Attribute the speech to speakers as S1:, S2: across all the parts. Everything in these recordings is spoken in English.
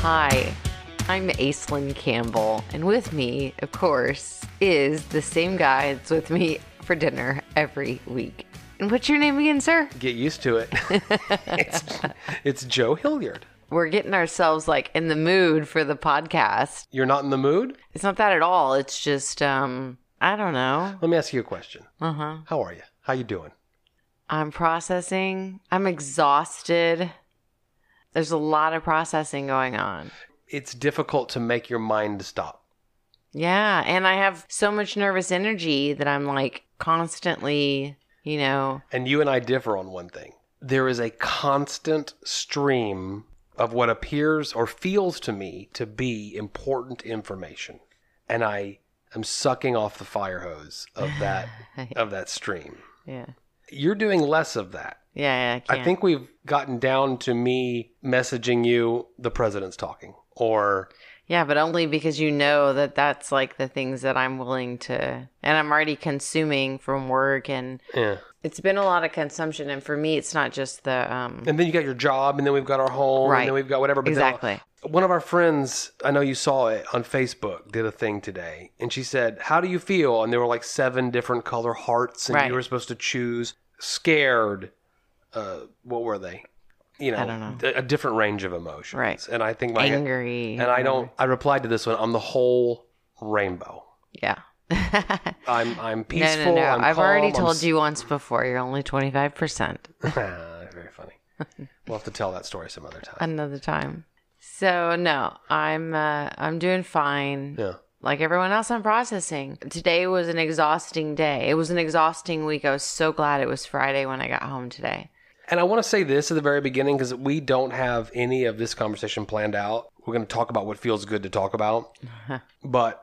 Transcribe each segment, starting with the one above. S1: Hi, I'm Aislinn Campbell, and with me, of course, is the same guy that's with me for dinner every week. And what's your name again, sir?
S2: Get used to it. it's, it's Joe Hilliard.
S1: We're getting ourselves like in the mood for the podcast.
S2: You're not in the mood?
S1: It's not that at all. It's just, um, I don't know.
S2: Let me ask you a question.
S1: Uh huh.
S2: How are you? How you doing?
S1: I'm processing. I'm exhausted. There's a lot of processing going on.
S2: It's difficult to make your mind stop.
S1: Yeah. And I have so much nervous energy that I'm like constantly, you know,
S2: And you and I differ on one thing. There is a constant stream of what appears or feels to me to be important information. And I am sucking off the fire hose of that of that stream.
S1: yeah.
S2: You're doing less of that.
S1: Yeah. yeah I, can't.
S2: I think we've gotten down to me messaging you the president's talking or
S1: Yeah, but only because you know that that's like the things that I'm willing to, and I'm already consuming from work, and
S2: yeah.
S1: it's been a lot of consumption. And for me, it's not just the um,
S2: And then you got your job, and then we've got our home,
S1: Right.
S2: and then we've got whatever. But then-
S1: exactly.
S2: one of our friends, I know you saw it on Facebook, did a thing today, and she said, "How do you feel?" And there were like seven different color hearts, and
S1: Right.
S2: you were supposed to choose scared. Uh, what were they? You know,
S1: I don't know.
S2: d- a different range of emotions.
S1: Right.
S2: And I think my
S1: Angry,
S2: and I don't. I replied to this one. I'm the whole rainbow.
S1: Yeah.
S2: I'm I'm
S1: no, no,
S2: peaceful.
S1: no.
S2: I'm
S1: I've already
S2: calm, I'm
S1: told you once before. You're only twenty five percent.
S2: Ah, Very funny. We'll have to tell that story some other time.
S1: Another time. So no, I'm uh, I'm doing fine.
S2: Yeah.
S1: like everyone else i'm processing today was an exhausting day it was an exhausting week i was so glad it was friday when i got home today
S2: And I want to say this at the very beginning because we don't have any of this conversation planned out. We're going to talk about what feels good to talk about. but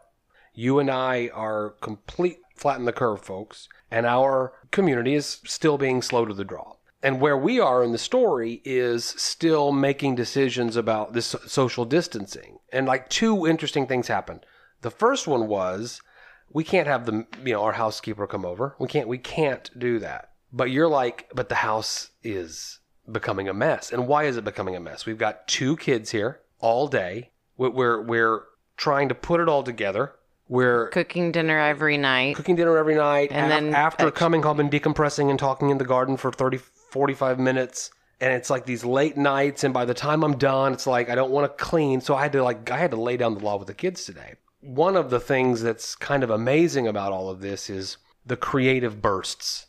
S2: you and I are complete flatten the curve, folks. And our community is still being slow to the draw. And where we are in the story is still making decisions about this social distancing. And like two interesting things happened. The first one was we can't have the you know our housekeeper come over. We can't we can't do that. But you're like, but the house is becoming a mess. And why is it becoming a mess? We've got two kids here all day. We're we're, we're trying to put it all together. We're
S1: cooking dinner every night
S2: cooking dinner every night
S1: And
S2: and
S1: then-
S2: then after coming home and decompressing and talking in the garden for 30 45 minutes and it's like these late nights and by the time i'm done it's like i don't want to clean so i had to like i had to lay down the law with the kids today one of the things that's kind of amazing about all of this is the creative bursts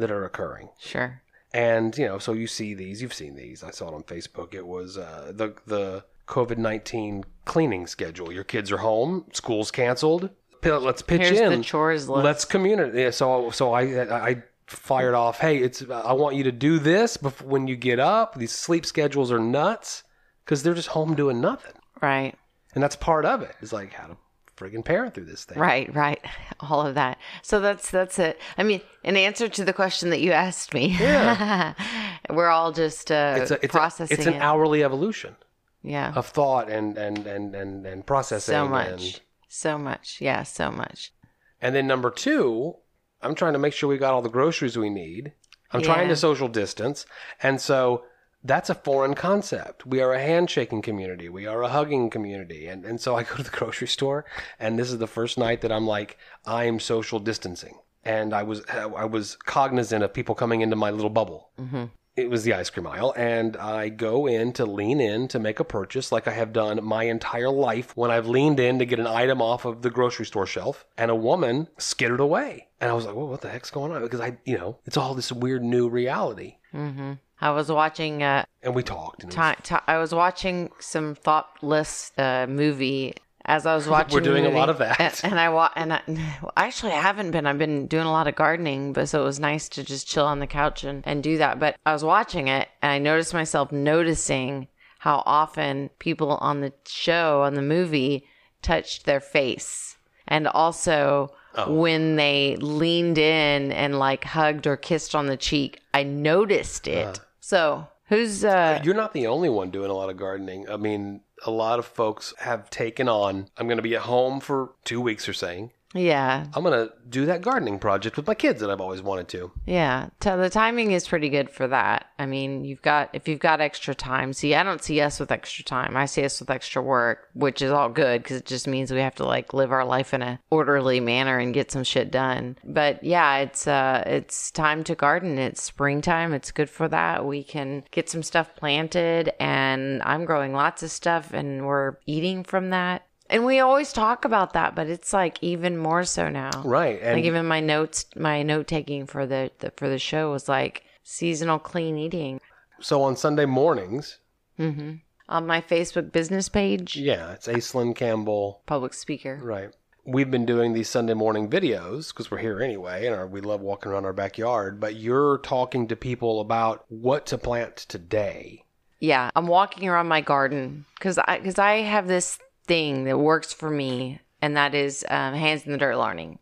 S2: that are occurring
S1: sure
S2: and you know so you see these you've seen these i saw it on facebook it was uh, the the covid-19 cleaning schedule your kids are home school's canceled P- let's pitch
S1: here's
S2: in
S1: the chores list
S2: Let's communicate. Yeah, so so I I fired off. Hey, it's I want you to do this before, when you get up. These sleep schedules are nuts because they're just home doing nothing,
S1: right
S2: and that's part of it. Is like how to friggin' parent through this thing.
S1: right right all of that so that's that's it i mean in answer to the question that you asked me
S2: Yeah.
S1: we're all just uh
S2: It's a, it's, a,
S1: processing
S2: it's an
S1: it.
S2: hourly evolution
S1: yeah
S2: of thought and and and and, and processing.
S1: so
S2: And,
S1: much so much yeah so much
S2: and then number two, I'm trying to make sure we got all the groceries we need. I'm trying
S1: Yeah.
S2: to social distance, and so that's a foreign concept. We are a handshaking community. We are a hugging community. And and so I go to the grocery store and this is the first night that I'm like I am social distancing. And I was I was cognizant of people coming into my little bubble.
S1: Mhm.
S2: It was the ice cream aisle and I go in to lean in to make a purchase like I have done my entire life when I've leaned in to get an item off of the grocery store shelf and a woman skittered away. And I was like, "Well, what the heck's going on?" Because I, you know, it's all this weird new reality
S1: mm-hmm. i was watching uh
S2: and we talked. And it was-
S1: time, I was watching some thoughtless uh, movie as I was watching.
S2: We're
S1: the
S2: doing a
S1: movie.
S2: lot of that.
S1: and, and I wa- and I, well, actually I haven't been. I've been doing a lot of gardening, but so it was nice to just chill on the couch and and do that. But I was watching it, and I noticed myself noticing how often people on the show on the movie touched their face, and also.
S2: Oh.
S1: When they leaned in and like hugged or kissed on the cheek, I noticed it.
S2: Uh.
S1: so who's uh
S2: You're not the only one doing a lot of gardening. I mean, a lot of folks have taken on. I'm going to be at home for two weeks or saying,
S1: Yeah.
S2: I'm going to do that gardening project with my kids that I've always wanted to.
S1: Yeah. So the timing is pretty good for that. I mean, you've got, if you've got extra time, see, I don't see us with extra time. I see us with extra work, which is all good because it just means we have to like live our life in a orderly manner and get some shit done. But yeah, it's, uh, it's time to garden. It's springtime. It's good for that. We can get some stuff planted and I'm growing lots of stuff and we're eating from that. And we always talk about that, but it's like even more so now.
S2: Right. And
S1: Like even my notes, my note taking for the, the for the show was like seasonal clean eating.
S2: so on Sunday mornings,
S1: hmm On my Facebook business page,
S2: yeah, it's Aislinn Campbell.
S1: public speaker.
S2: Right. We've been doing these Sunday morning videos because we're here anyway, and our, we love walking around our backyard. But you're talking to people about what to plant today.
S1: Yeah, I'm walking around my garden because I because I have this thing that works for me, and that is um, hands in the dirt learning.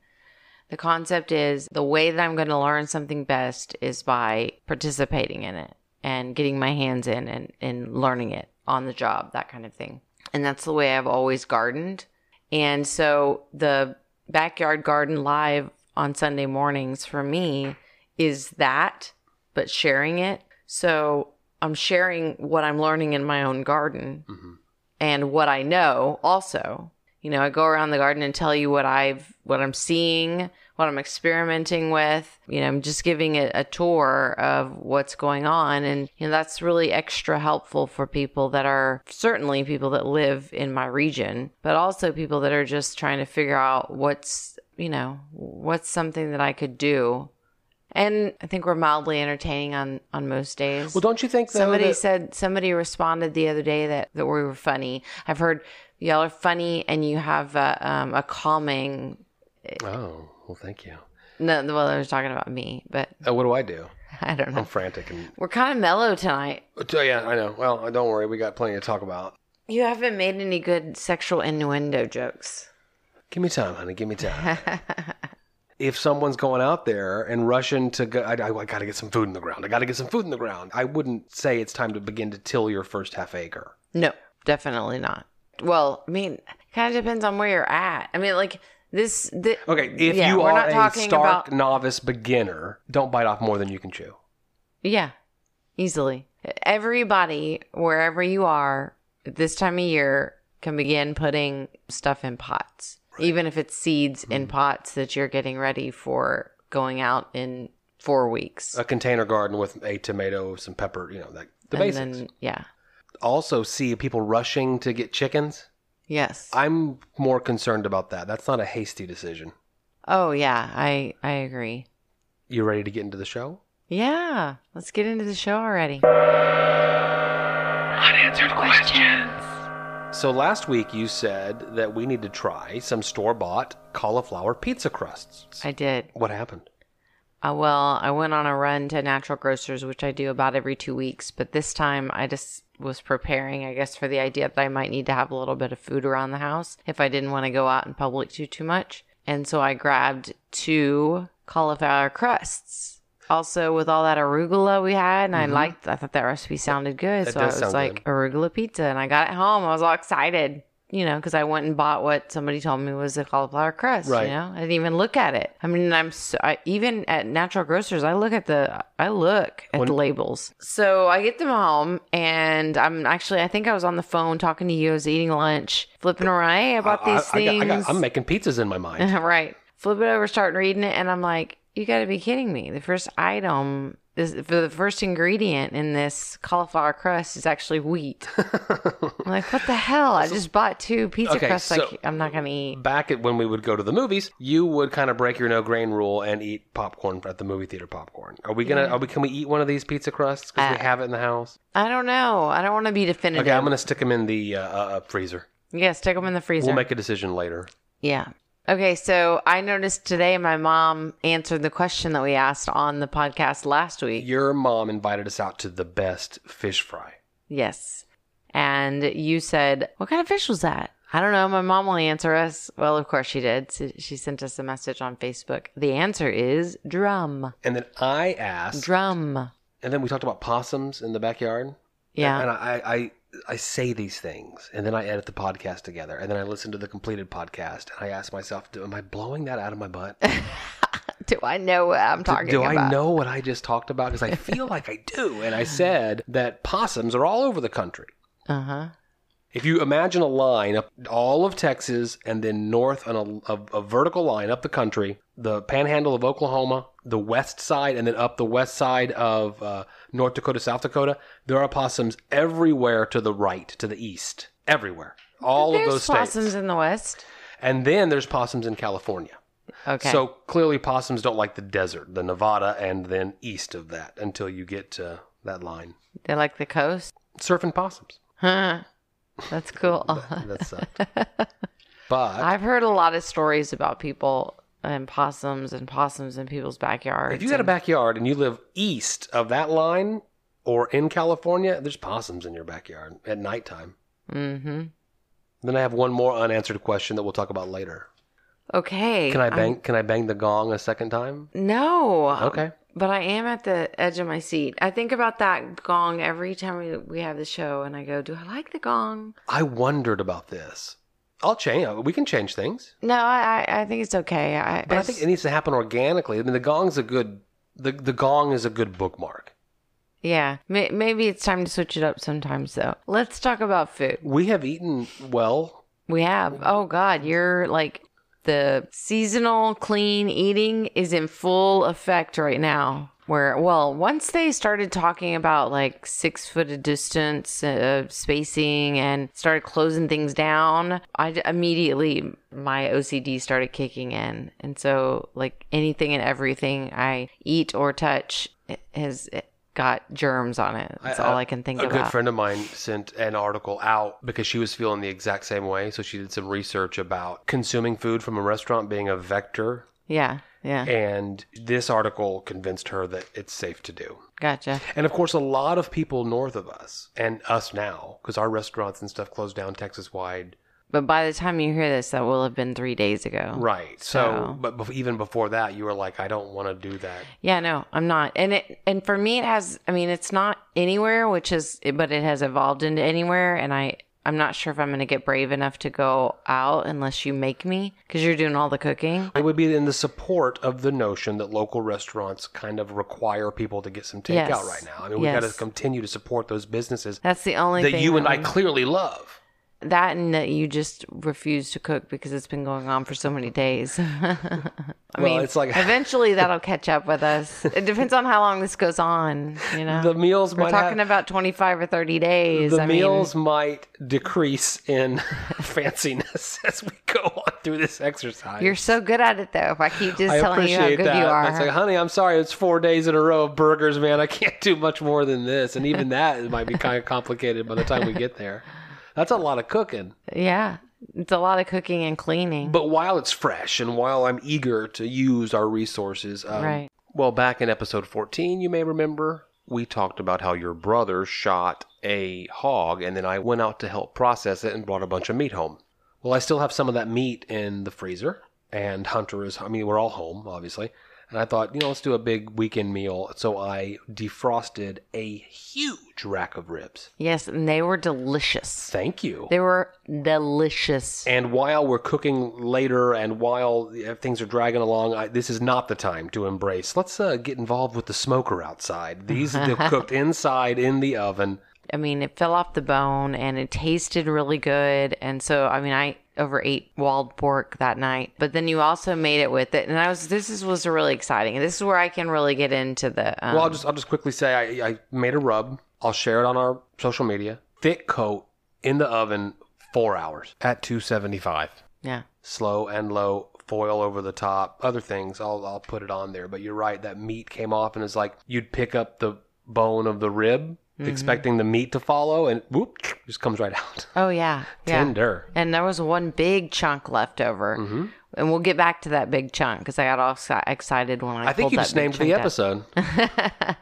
S1: The concept is the way that I'm going to learn something best is by participating in it and getting my hands in and, and learning it on the job, that kind of thing. And that's the way I've always gardened. And so the backyard garden live on Sunday mornings for me is that, but sharing it. So I'm sharing what I'm learning in my own garden and what I know also. You know, I go around the garden and tell you what I've what I'm seeing, what I'm experimenting with. You know, I'm just giving it a tour of what's going on and you know that's really extra helpful for people that are certainly people that live in my region, but also people that are just trying to figure out what's, you know, what's something that I could do. And I think we're mildly entertaining on on most days.
S2: Well, don't you think though,
S1: Somebody
S2: that-
S1: said somebody responded the other day that that we were funny. I've heard y'all are funny and you have a, um, a calming.
S2: Oh, well, thank you.
S1: No, well, they were talking about me, but
S2: Uh, what do I do?
S1: I don't
S2: I'm
S1: know.
S2: frantic and
S1: We're kind of mellow tonight.
S2: Oh, yeah, I know. Well, don't worry, we got plenty to talk about.
S1: You haven't made any good sexual innuendo jokes.
S2: Give me time, honey. Give me time. if someone's going out there and rushing to go, I, I, I got to get some food in the ground. I got to get some food in the ground. I wouldn't say it's time to begin to till your first half acre.
S1: No, definitely not. Well, I mean, kind of depends on where you're at. I mean, like this. Th-
S2: Okay, if
S1: Yeah,
S2: you
S1: we're
S2: are
S1: not
S2: a
S1: talking
S2: stark
S1: about-
S2: novice beginner, don't bite off more than you can chew.
S1: Yeah, easily. Everybody, wherever you are, at this time of year can begin putting stuff in pots, even if it's seeds
S2: Mm-hmm.
S1: in pots that you're getting ready for going out in four weeks.
S2: A container garden with a tomato, some pepper, you know, like Uh, the
S1: and
S2: basics.
S1: then, yeah.
S2: also, see people rushing to get chickens.
S1: Yes.
S2: I'm more concerned about that. That's not a hasty decision.
S1: oh, yeah. I, I agree.
S2: You ready to get into the show?
S1: Yeah. Let's get into the show already.
S2: So last week you said that we need to try some store bought cauliflower pizza crusts.
S1: I did.
S2: What happened?
S1: Uh, well, I went on a run to Natural Grocers, which I do about every two weeks, but this time I just was preparing, I guess, for the idea that I might need to have a little bit of food around the house if I didn't want to go out in public too too much. And so I grabbed two cauliflower crusts. Also, with all that arugula we had, and I liked, I thought that recipe sounded good,
S2: Mm-hmm. That
S1: so I
S2: does
S1: was
S2: sound
S1: like
S2: good.
S1: arugula pizza, and I got it home. I was all excited, you know, because I went and bought what somebody told me was a cauliflower crust.
S2: Right.
S1: You know, I didn't even look at it. I mean, I'm so, I, even at natural grocers, I look at the I look at the labels. So I get them home, and I'm actually I think I was on the phone talking to you. I was eating lunch, flipping around. Hey, I bought these
S2: I, I,
S1: things.
S2: I got, I got, I'm making pizzas in my mind.
S1: right. Flip it over, start reading it, and I'm like, you got to be kidding me. The first item, this, for the first ingredient in this cauliflower crust is actually wheat. I'm like, what the hell? I just bought two pizza
S2: Okay,
S1: crusts.
S2: so-
S1: like, I'm not going to eat.
S2: Back at when we would go to the movies, you would kind of break your no grain rule and eat popcorn at the movie theater popcorn. Are we gonna? Are we? Can we eat one of these pizza crusts because we have it in the house?
S1: I don't know. Uh, I don't want to be definitive.
S2: Okay, I'm gonna stick them in the uh, uh, freezer.
S1: Yeah, stick them in the freezer.
S2: We'll make a decision later.
S1: yeah. Okay, so I noticed today my mom answered the question that we asked on the podcast last week.
S2: Your mom invited us out to the best fish fry.
S1: Yes. And you said, What kind of fish was that? I don't know. My mom will answer us. Well, of course she did. So She sent us a message on Facebook. The answer is drum.
S2: And then I asked,
S1: Drum.
S2: and then we talked about possums in the backyard.
S1: Yeah.
S2: And I, I I say these things and then I edit the podcast together and then I listen to the completed podcast and I ask myself, do, am I blowing that out of my butt?
S1: Do I know what I'm talking
S2: do
S1: about?
S2: I know what I just talked about? Because I feel like I do. And I said that possums are all over the country.
S1: Uh huh.
S2: If you imagine a line up all of Texas and then north on a, a, a vertical line up the country, the panhandle of Oklahoma, the west side, and then up the west side of uh, North Dakota, South Dakota, there are possums everywhere to the right, to the east, everywhere. All
S1: There's
S2: of those
S1: possums
S2: states.
S1: in the West.
S2: And then there's possums in California.
S1: Okay.
S2: So clearly, possums don't like the desert, the Nevada, and then east of that until you get to that line.
S1: they like the coast.
S2: Surfing possums.
S1: Huh. That's cool.
S2: That sucked. but
S1: I've heard a lot of stories about people and possums and possums in people's backyards.
S2: if you got a
S1: and-
S2: backyard and you live east of that line or in California, there's possums in your backyard at nighttime.
S1: Mhm.
S2: Then I have one more unanswered question that we'll talk about later.
S1: Okay.
S2: Can I
S1: I'm- Um,
S2: bang? Can I bang the gong a second time?
S1: No.
S2: Okay.
S1: But I am at the edge of my seat. I think about that gong every time we, we have the show, and I go, "Do I like the gong?"
S2: I wondered about this. I'll change. We can change things,
S1: No, I I, I think it's okay. I,
S2: but I think it needs to happen organically. I mean, the gong's a good. The the gong is a good bookmark.
S1: yeah, may, maybe it's time to switch it up sometimes. Though, let's talk about food.
S2: We have eaten well.
S1: We have. Oh God, you're like the seasonal clean eating is in full effect right now. Where well, once they started talking about like six foot of distance uh, spacing and started closing things down, I d- immediately my OCD started kicking in, and so like anything and everything I eat or touch has got germs on it. That's all I can think
S2: a
S1: about.
S2: good friend of mine sent an article out because she was feeling the exact same way. So she did some research about consuming food from a restaurant being a vector,
S1: yeah, yeah,
S2: and this article convinced her that it's safe to do.
S1: gotcha.
S2: And of course, a lot of people north of us and us now, because our restaurants and stuff closed down Texas wide.
S1: But by the time you hear this, that will have been three days ago.
S2: Right. So,
S1: So-
S2: but bef- even before that, you were like, I don't want to do that.
S1: Yeah, no, I'm not. And it and for me, it has. I mean, it's not anywhere, which is, but it has evolved into anywhere. And I, I'm not sure if I'm going to get brave enough to go out unless you make me, because you're doing all the cooking.
S2: It would be in the support of the notion that local restaurants kind of require people to get some takeout
S1: Yes.
S2: right now. I mean, we got to
S1: Yes.
S2: continue to support those businesses
S1: That's the only
S2: that
S1: thing
S2: you and I
S1: I'm-
S2: clearly love.
S1: that and that you just refuse to cook because it's been going on for so many days. I mean,
S2: it's like-
S1: eventually that'll catch up with us. It depends on how long this goes on. You know,
S2: The meals
S1: we're
S2: might
S1: talking
S2: have,
S1: about 25 or 30 days.
S2: the
S1: I mean,
S2: meals might decrease in fanciness as we go on through this exercise.
S1: You're so good at it, though. If I keep just
S2: I
S1: telling you how
S2: appreciate
S1: good
S2: that.
S1: you are,
S2: It's like, honey, I'm sorry. It's four days in a row of burgers, man. I can't do much more than this, and even that it might be kind of complicated by the time we get there. That's a lot of cooking.
S1: yeah, it's a lot of cooking and cleaning.
S2: But while it's fresh, and while I'm eager to use our resources, um,
S1: Right.
S2: Well, back in episode 14, you may remember we talked about how your brother shot a hog, and then I went out to help process it and brought a bunch of meat home. Well, I still have some of that meat in the freezer, and Hunter is, I mean, we're all home, obviously. And I thought, you know, let's do a big weekend meal. So I defrosted a huge rack of ribs.
S1: Yes, and they were delicious.
S2: Thank you.
S1: They were delicious.
S2: And while we're cooking later and while uh, things are dragging along, I, this is not the time to embrace. Let's uh, get involved with the smoker outside. These are cooked inside in the oven.
S1: I mean, it fell off the bone and it tasted really good. And so, I mean, I overate walled pork that night, but then you also made it with it. And I was, this is, was really exciting. And this is where I can really get into the, um,
S2: Well, I'll just I'll just quickly say I, I made a rub. I'll share it on our social media. Thick coat in the oven, four hours at 275.
S1: yeah.
S2: Slow and low foil over the top. Other things I'll I'll put it on there. But you're right, that meat came off and it's like you'd pick up the bone of the rib.
S1: Mm-hmm.
S2: Expecting the meat to follow, and whoop, just comes right out.
S1: Oh, yeah. Yeah.
S2: Tender. Mm-hmm.
S1: And there was one big chunk left over. And we'll get back to that big chunk because I got all exci- excited when I.
S2: I think
S1: pulled
S2: you
S1: that
S2: just
S1: big
S2: named the
S1: chunk up.
S2: episode.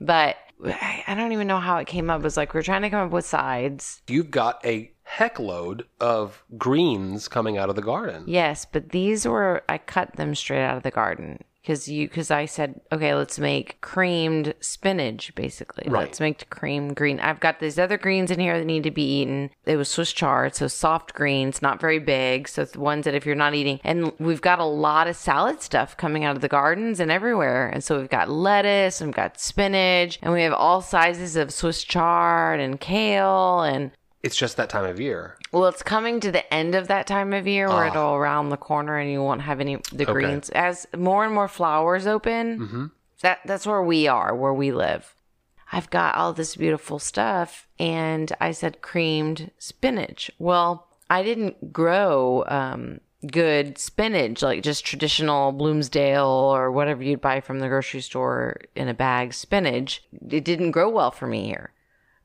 S1: But I I don't even know how it came up. It was like we are trying to come up with sides.
S2: You've got a heckload of greens coming out of the garden.
S1: Yes, but these were I cut them straight out of the garden. because you because I said okay, let's make creamed spinach basically.
S2: Right.
S1: Let's make the cream green. I've got these other greens in here that need to be eaten. It was Swiss chard, so soft greens, not very big. So it's the ones that if you're not eating, and we've got a lot of salad stuff coming out of the gardens and everywhere. And so we've got lettuce, and we've got spinach, and we have all sizes of Swiss chard and kale and
S2: It's just that time of year.
S1: well, it's coming to the end of that time of year where it'll round the corner and you won't have any the
S2: Okay.
S1: greens as more and more flowers open. That that's where we are, where we live. I've got all this beautiful stuff, and I said creamed spinach. Well, I didn't grow um, good spinach, like just traditional Bloomsdale or whatever you'd buy from the grocery store in a bag spinach. It didn't grow well for me here.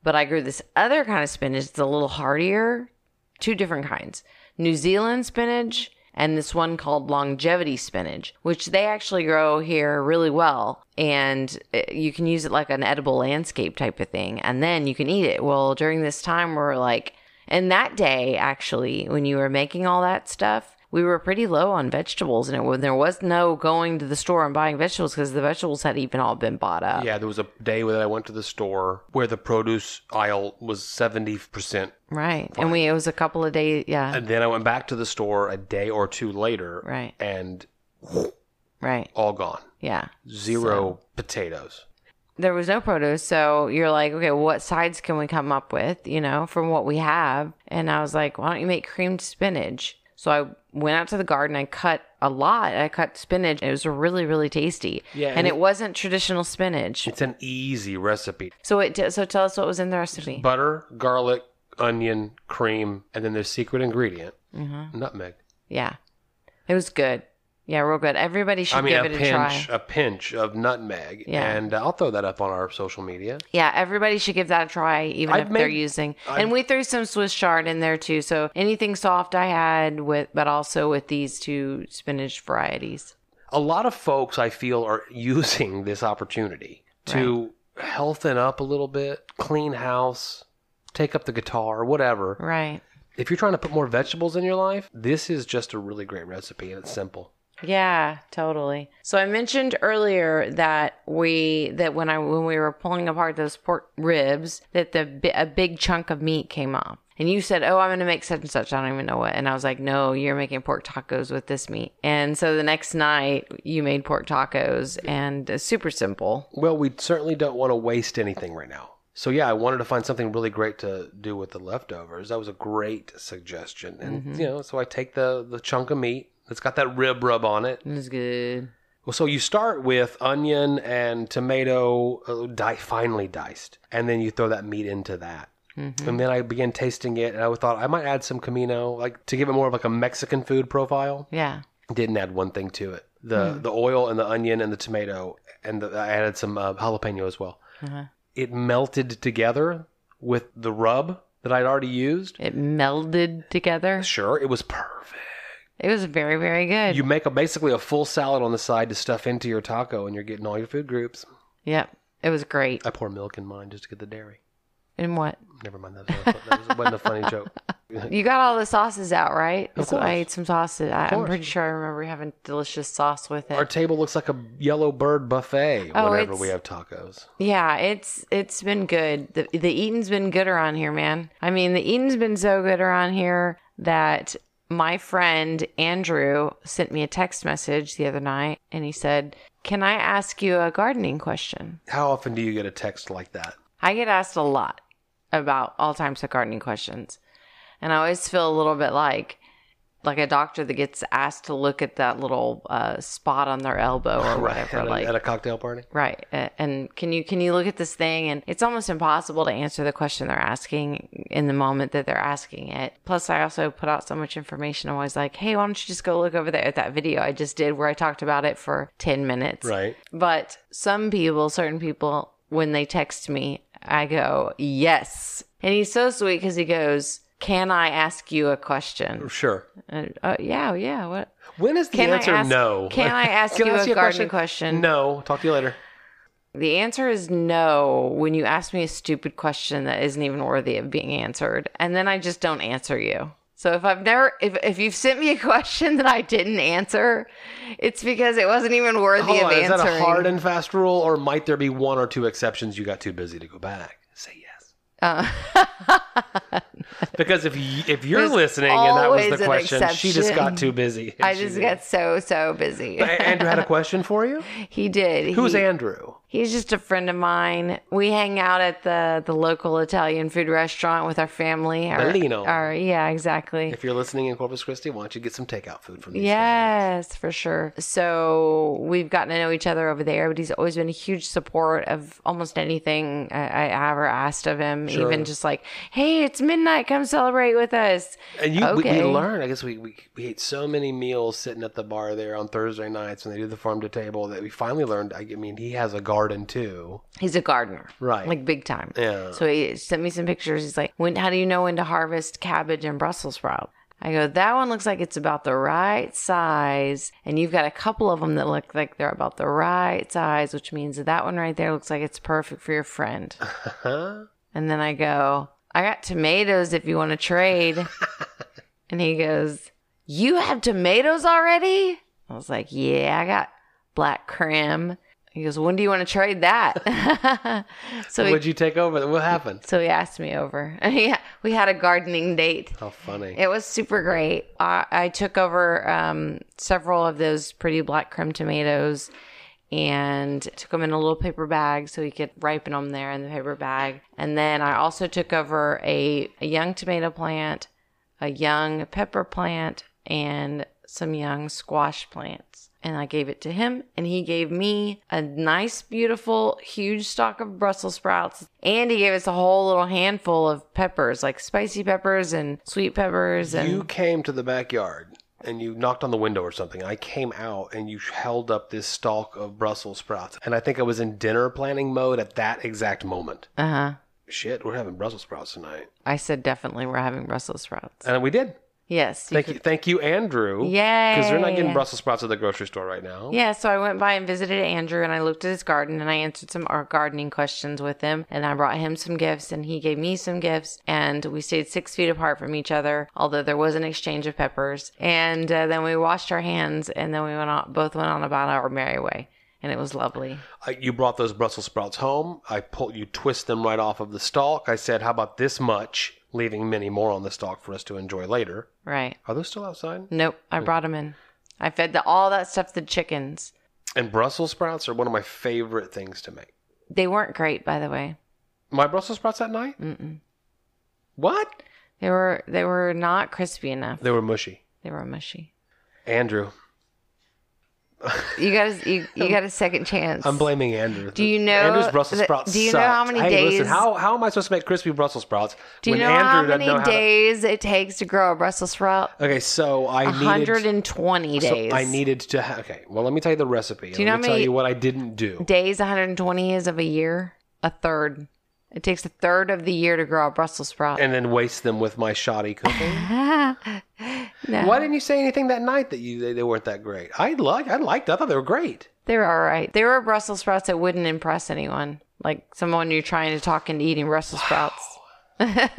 S1: But I grew this other kind of spinach that's a little hardier, two different kinds New Zealand spinach and this one called longevity spinach, which they actually grow here really well. And uh, you can use it like an edible landscape type of thing. And then you can eat it. Well, during this time, we're like, and that day, actually, when you were making all that stuff, we were pretty low on vegetables, and it, wa- there was no going to the store and buying vegetables because the vegetables had even all been bought up.
S2: Yeah, there was a day that I went to the store where the produce aisle was 70%.
S1: Right. And we, it was a couple of days. Yeah.
S2: And then I went back to the store a day or two later
S1: Uh. Right.
S2: and
S1: Right.
S2: all gone.
S1: Yeah.
S2: Zero potatoes.
S1: There was no produce. So you're like, okay, what sides can we come up with, you know, from what we have? And I was like, why don't you make creamed spinach? So I went out to the garden. I cut a lot. I cut spinach. It was really, really tasty.
S2: Yeah,
S1: And,
S2: and
S1: it, wasn't traditional spinach.
S2: It's an easy recipe.
S1: So it. So tell us what was in the recipe.
S2: Butter, garlic, onion, cream, and then their secret ingredient, nutmeg.
S1: Mm-hmm. yeah. It was good. Yeah, real good. Everybody should
S2: I mean,
S1: give
S2: a
S1: it a try.
S2: pinch, a pinch of nutmeg,
S1: Yeah.
S2: and uh, I'll throw that up on our social media.
S1: Yeah, everybody should give that a try, even
S2: I've
S1: if they're
S2: made-
S1: using.
S2: I've-
S1: and we threw some Swiss chard in there too. So anything soft I had with, but also with these two spinach varieties.
S2: A lot of folks, I feel, are using this opportunity to healthen up a little bit, clean house, take up the guitar, whatever.
S1: Right.
S2: If you're trying to put more vegetables in your life, this is just a really great recipe, and it's simple.
S1: Yeah, totally. So I mentioned earlier that we that when I when we were pulling apart those pork ribs that the bi- a big chunk of meat came off. And you said, "Oh, I'm going to make such and such. I don't even know what." And I was like, "No, you're making pork tacos with this meat." And so the next night, you made pork tacos and uh, super simple.
S2: Well, we certainly don't want to waste anything right now. So yeah, I wanted to find something really great to do with the leftovers. That was a great suggestion, and you know, so I take the the chunk of meat that's got that rib rub on it.
S1: It was good.
S2: Well, so you start with onion and tomato uh, di- finely diced, and then you throw that meat into that.
S1: Mm-hmm.
S2: And then I began tasting it, and I thought I might add some camino, like to give it more of like a Mexican food profile.
S1: Yeah.
S2: Didn't add one thing to it. The the oil and the onion and the tomato, and the, I added some uh, jalapeno as well.
S1: uh-huh.
S2: It melted together with the rub that I'd already used.
S1: It melded together.
S2: Sure, it was perfect.
S1: It was very, very good.
S2: You make a basically a full salad on the side to stuff into your taco, and you're getting all your food groups.
S1: yep. It was great.
S2: I pour milk in mine just to get the dairy.
S1: And what?
S2: Never mind. That, was, that was, wasn't a funny joke.
S1: You got all the sauces out, right?
S2: Of
S1: so
S2: course.
S1: I ate some sauces. I, I'm
S2: course.
S1: pretty sure I remember having delicious sauce with it.
S2: Our table looks like a yellow bird buffet
S1: Oh,
S2: whenever
S1: it's-
S2: we have tacos.
S1: yeah, it's it's been good. The the eating's been good around here, man. I mean, the eating's been so good around here that my friend Andrew sent me a text message the other night and he said, "Can I ask you a gardening question?"
S2: How often do you get a text like that?
S1: I get asked a lot about all types of gardening questions. And I always feel a little bit like like a doctor that gets asked to look at that little uh, spot on their elbow or whatever.
S2: at, a,
S1: like
S2: at a cocktail party?
S1: Right. A- And can you can you look at this thing and it's almost impossible to answer the question they're asking in the moment that they're asking it. Plus I also put out so much information. I'm always like, "Hey, why don't you just go look over there at that video I just did where I talked about it for 10 minutes?"
S2: Right.
S1: But some people, certain people, when they text me, I go, yes. And he's so sweet because he goes, can I ask you a question?
S2: Sure.
S1: And, uh, yeah, yeah. What?
S2: When is the
S1: Can I
S2: answer
S1: ask-
S2: no?
S1: can I ask you a gardening question?
S2: No. Talk to you later.
S1: The answer is no when you ask me a stupid question that isn't even worthy of being answered. And then I just don't answer you. So if I've never if if you've sent me a question that I didn't answer, it's because it wasn't even worthy
S2: Hold
S1: of
S2: on, is
S1: answering.
S2: that a hard and fast rule, or might there be one or two exceptions you got too busy to go back? Say yes.
S1: Uh,
S2: Because if you, if you're
S1: There's
S2: listening and that was
S1: always
S2: the
S1: an
S2: question, she just
S1: exception.
S2: got too busy.
S1: I
S2: She
S1: just
S2: did.
S1: got so so busy.
S2: A- Andrew had a question for you.
S1: he did.
S2: Who's
S1: he,
S2: Andrew?
S1: He's just a friend of mine. We hang out at the the local Italian food restaurant with our family. Our,
S2: Bellino.
S1: our- yeah, exactly.
S2: If you're listening in Corpus Christi, why don't you get some takeout food from these guys?
S1: Yes, for sure. So we've gotten to know each other over there, but he's always been a huge support of almost anything I, I ever asked of him.
S2: Sure.
S1: Even just like, hey, it's midnight, come celebrate with us.
S2: And you,
S1: Okay.
S2: we, we learned. I guess we, we we ate so many meals sitting at the bar there on Thursday nights when they do the farm to table that we finally learned. I mean, he has a garden too,
S1: He's a gardener,
S2: right?
S1: like big time.
S2: yeah.
S1: So he sent me some pictures. He's like, when? How do you know when to harvest cabbage and Brussels sprout? I go, that one looks like it's about the right size. And you've got a couple of them that look like they're about the right size, which means that that one right there looks like it's perfect for your friend.
S2: Huh?
S1: And then I go, I got tomatoes if you want to trade. and he goes, You have tomatoes already? I was like, Yeah, I got black crim. He goes, When do you want to trade that? so he,
S2: Would you take over? What happened?
S1: so he asked me over. yeah, we had a gardening date.
S2: How funny!
S1: It was super great. I, I took over um, several of those pretty black creme tomatoes and took them in a little paper bag so we could ripen them there in the paper bag. And then I also took over a, a young tomato plant, a young pepper plant, and some young squash plants. And I gave it to him, and he gave me a nice, beautiful, huge stalk of Brussels sprouts. And he gave us a whole little handful of peppers, like spicy peppers and sweet peppers. And
S2: You came to the backyard and you knocked on the window or something. I came out and you held up this stalk of Brussels sprouts, and I think I was in dinner planning mode at that exact moment.
S1: uh huh.
S2: Shit, we're having Brussels sprouts tonight,
S1: I said definitely we're having Brussels sprouts.
S2: and we did.
S1: Yes.
S2: Thank you, thank you, Andrew.
S1: Yay.
S2: Because they're not getting Brussels sprouts at the grocery store right now.
S1: Yeah, so I went by and visited Andrew and I looked at his garden and I answered some our gardening questions with him and I brought him some gifts and he gave me some gifts and we stayed six feet apart from each other, although there was an exchange of peppers. And uh, then we washed our hands and then we went on, both went on about our merry way and it was lovely.
S2: I, you brought those Brussels sprouts home. I pulled you twist them right off of the stalk. I said, "How about this much?" Leaving many more on the stalk for us to enjoy later.
S1: Right.
S2: Are those still outside?
S1: Nope, I brought him in. I fed the, all that stuff to the chickens.
S2: And Brussels sprouts are one of my favorite things to make.
S1: They weren't great, by the way.
S2: My Brussels sprouts that night?
S1: Mm-mm.
S2: What?
S1: They were they were not crispy enough.
S2: They were mushy.
S1: They were mushy.
S2: Andrew.
S1: You got a, you, you got a second chance.
S2: I'm blaming Andrew.
S1: Do you know
S2: Andrew's Brussels
S1: that-
S2: sprouts?
S1: do you know how
S2: sucked.
S1: many
S2: hey,
S1: days-
S2: Listen, how how am I supposed to make crispy Brussels sprouts
S1: Do you
S2: when
S1: know
S2: Andrew
S1: how
S2: doesn't
S1: many
S2: know how to-
S1: days it takes to grow a Brussels sprout?
S2: Okay, so I needed.
S1: 120
S2: so
S1: days.
S2: I needed to. Ha- okay, well, let me tell you the recipe.
S1: Do you know
S2: let me
S1: how
S2: tell
S1: many-
S2: you what I didn't do.
S1: days 120 is of a year, a third. It takes a third of the year to grow a Brussels sprout.
S2: and then waste them with my shoddy cooking.
S1: no,
S2: Why didn't you say anything that night that you they, they weren't that great? I like I liked. I thought they were great.
S1: they were all right. They were Brussels sprouts that wouldn't impress anyone, like someone you're trying to talk into eating Brussels sprouts.
S2: Man,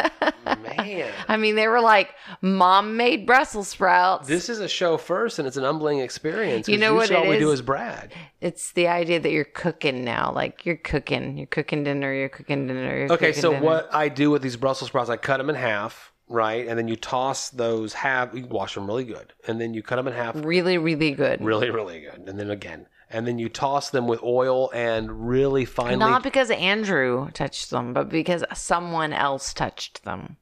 S1: I mean, they were like mom made Brussels sprouts.
S2: this is a show first, and it's an humbling experience.
S1: You
S2: 'cause
S1: know what
S2: usually
S1: it
S2: all we do
S1: is?
S2: is brag.
S1: it's the idea that you're cooking now, like you're cooking, you're cooking dinner, you're cooking dinner. You're
S2: Okay,
S1: cooking
S2: so
S1: dinner.
S2: what I do with these Brussels sprouts, I cut them in half, right, and then you toss those half. You wash them really good, and then you cut them in half,
S1: Really, really good.
S2: really, really good, and then again, and then you toss them with oil and really finely.
S1: Not because Andrew touched them, but because someone else touched them.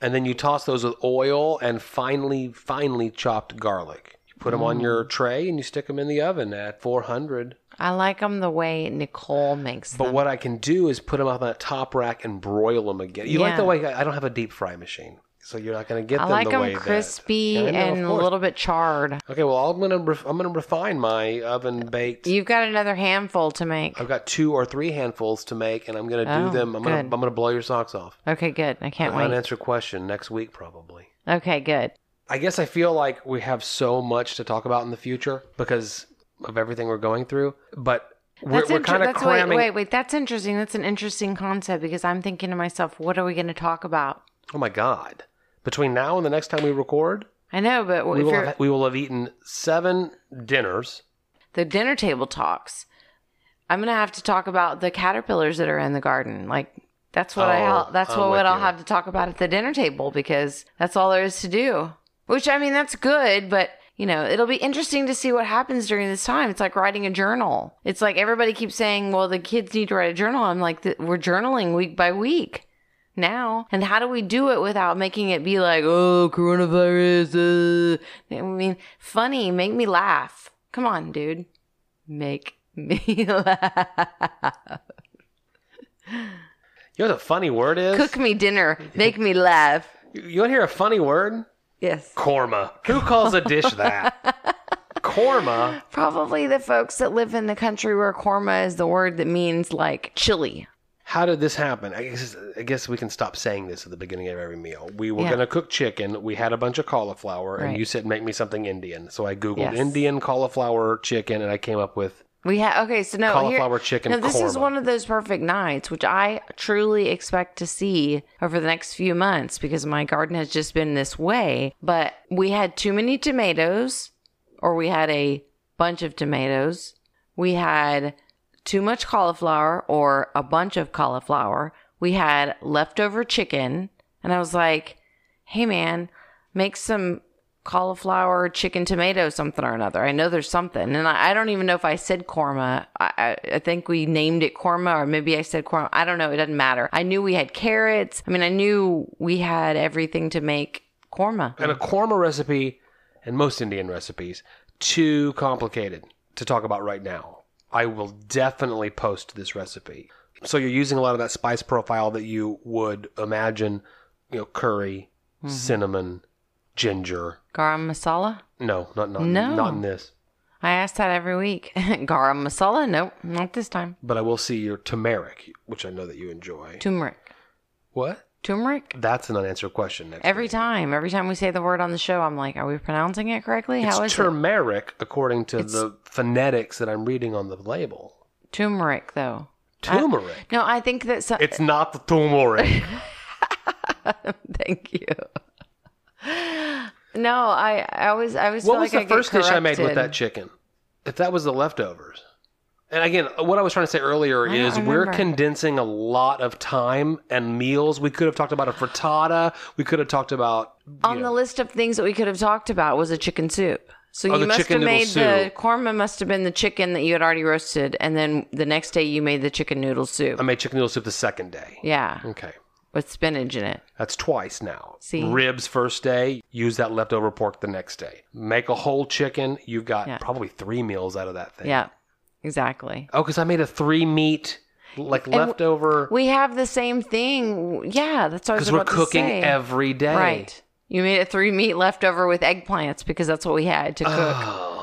S2: and then you toss those with oil and finely, finely chopped garlic. You put them on
S1: Mm.
S2: your tray and you stick them in the oven at 400.
S1: I like them the way Nicole makes
S2: But
S1: them.
S2: what I can do is put them on that top rack and broil them again. You like
S1: Yeah.
S2: the way I I don't have a deep fry machine, so you're not going to get
S1: I
S2: them
S1: like
S2: the way
S1: them
S2: that-
S1: crispy
S2: Yeah, I know, of
S1: and a
S2: course.
S1: little bit charred.
S2: Okay, well, I'm gonna ref- I'm gonna refine my oven baked.
S1: You've got another handful to make.
S2: I've got two or three handfuls to make, and I'm gonna
S1: Oh,
S2: do them. I'm gonna
S1: good.
S2: I'm gonna blow your socks off.
S1: Okay, good. I can't wait.
S2: Unanswered question next week probably.
S1: Okay, good.
S2: I guess I feel like we have so much to talk about in the future because of everything we're going through, but we're,
S1: That's
S2: we're
S1: inter-
S2: kind of
S1: that's-
S2: cramming.
S1: Wait, wait, wait. That's interesting. That's an interesting concept because I'm thinking to myself, what are we going to talk about?
S2: Oh my god! Between now and the next time we record,
S1: I know, but
S2: we
S1: if
S2: will,
S1: you're,
S2: have, we will have eaten seven dinners.
S1: the dinner table talks, I'm gonna have to talk about the caterpillars that are in the garden. Like that's what
S2: Oh,
S1: I that's
S2: I'm
S1: what,
S2: with
S1: I'll
S2: you.
S1: have to talk about at the dinner table because that's all there is to do. Which I mean, that's good, but you know, it'll be interesting to see what happens during this time. It's like writing a journal. It's like everybody keeps saying, "Well, the kids need to write a journal." I'm like, "Th- we're journaling week by week now, and how do we do it without making it be like, "Oh, coronavirus"? Uh. I mean, funny, make me laugh. Come on, dude make me laugh.
S2: You know what a funny word is?
S1: Cook me dinner, make me laugh.
S2: You- You want to hear a funny word?
S1: Yes.
S2: Korma. Who calls a dish that? Korma.
S1: Probably the folks that live in the country where korma is the word that means like chili.
S2: How did this happen? I guess, I guess we can stop saying this at the beginning of every meal. We were
S1: Yeah.
S2: going to cook chicken. We had a bunch of cauliflower, and
S1: Right.
S2: you said, make me something Indian. So I Googled
S1: Yes.
S2: Indian cauliflower chicken, and I came up with
S1: We have okay, so no Oh, here-
S2: Cauliflower chicken
S1: No, this is
S2: korma.
S1: one of those perfect nights, which I truly expect to see over the next few months because my garden has just been this way. But we had too many tomatoes, or we had a bunch of tomatoes. We had too much cauliflower, or a bunch of cauliflower. We had leftover chicken, and I was like, "Hey, man, make some." cauliflower, chicken, tomato, something or another. I know there's something, and I, I don't even know if I said korma. I, I, I think we named it korma, or maybe I said korma. I don't know. It doesn't matter. I knew we had carrots. I mean, I knew we had everything to make korma.
S2: and a korma recipe and most Indian recipes too complicated to talk about right now. I will definitely post this recipe. So you're using a lot of that spice profile that you would imagine, you know, curry,
S1: Mm-hmm.
S2: cinnamon, ginger.
S1: Garam masala.
S2: No, not not
S1: No.
S2: not in this.
S1: I ask that every week. Garam masala. Nope, not this time.
S2: But I will see your turmeric, which I know that you enjoy.
S1: Turmeric.
S2: what?
S1: Turmeric.
S2: That's an unanswered question. Next
S1: Every
S2: week.
S1: time, every time we say the word on the show, I'm like, are we pronouncing it correctly? How
S2: it's
S1: is it?
S2: turmeric according to the phonetics that I'm reading on the label.
S1: Turmeric, though.
S2: Turmeric.
S1: No, I think that some,
S2: it's not the turmeric.
S1: Thank you. No, I I was I was
S2: What was the first dish I made with that chicken? If that was the leftovers. And again, what I was trying to say earlier
S1: don't
S2: is we're
S1: remember.
S2: condensing a lot of time and meals. We could have talked about a frittata. We could have talked about you
S1: on
S2: know,
S1: the list of things that we could have talked about was a chicken soup. So
S2: Oh,
S1: you
S2: the
S1: must
S2: chicken
S1: have
S2: noodle
S1: made the
S2: soup.
S1: korma must have been the chicken that you had already roasted, and then the next day you made the chicken noodle soup.
S2: I made chicken noodle soup the second day.
S1: yeah,
S2: Okay.
S1: with spinach in it.
S2: That's twice now.
S1: See?
S2: Ribs first day, use that leftover pork the next day. Make a whole chicken. You've got
S1: Yeah.
S2: probably three meals out of that thing.
S1: Yeah, exactly.
S2: Oh, because I made a three meat, like leftover.
S1: We have the same thing. Yeah, that's what I was
S2: Because
S1: about
S2: we're cooking
S1: to say.
S2: every day.
S1: right. You made it three meat leftover with eggplants because that's what we had to cook.
S2: Oh,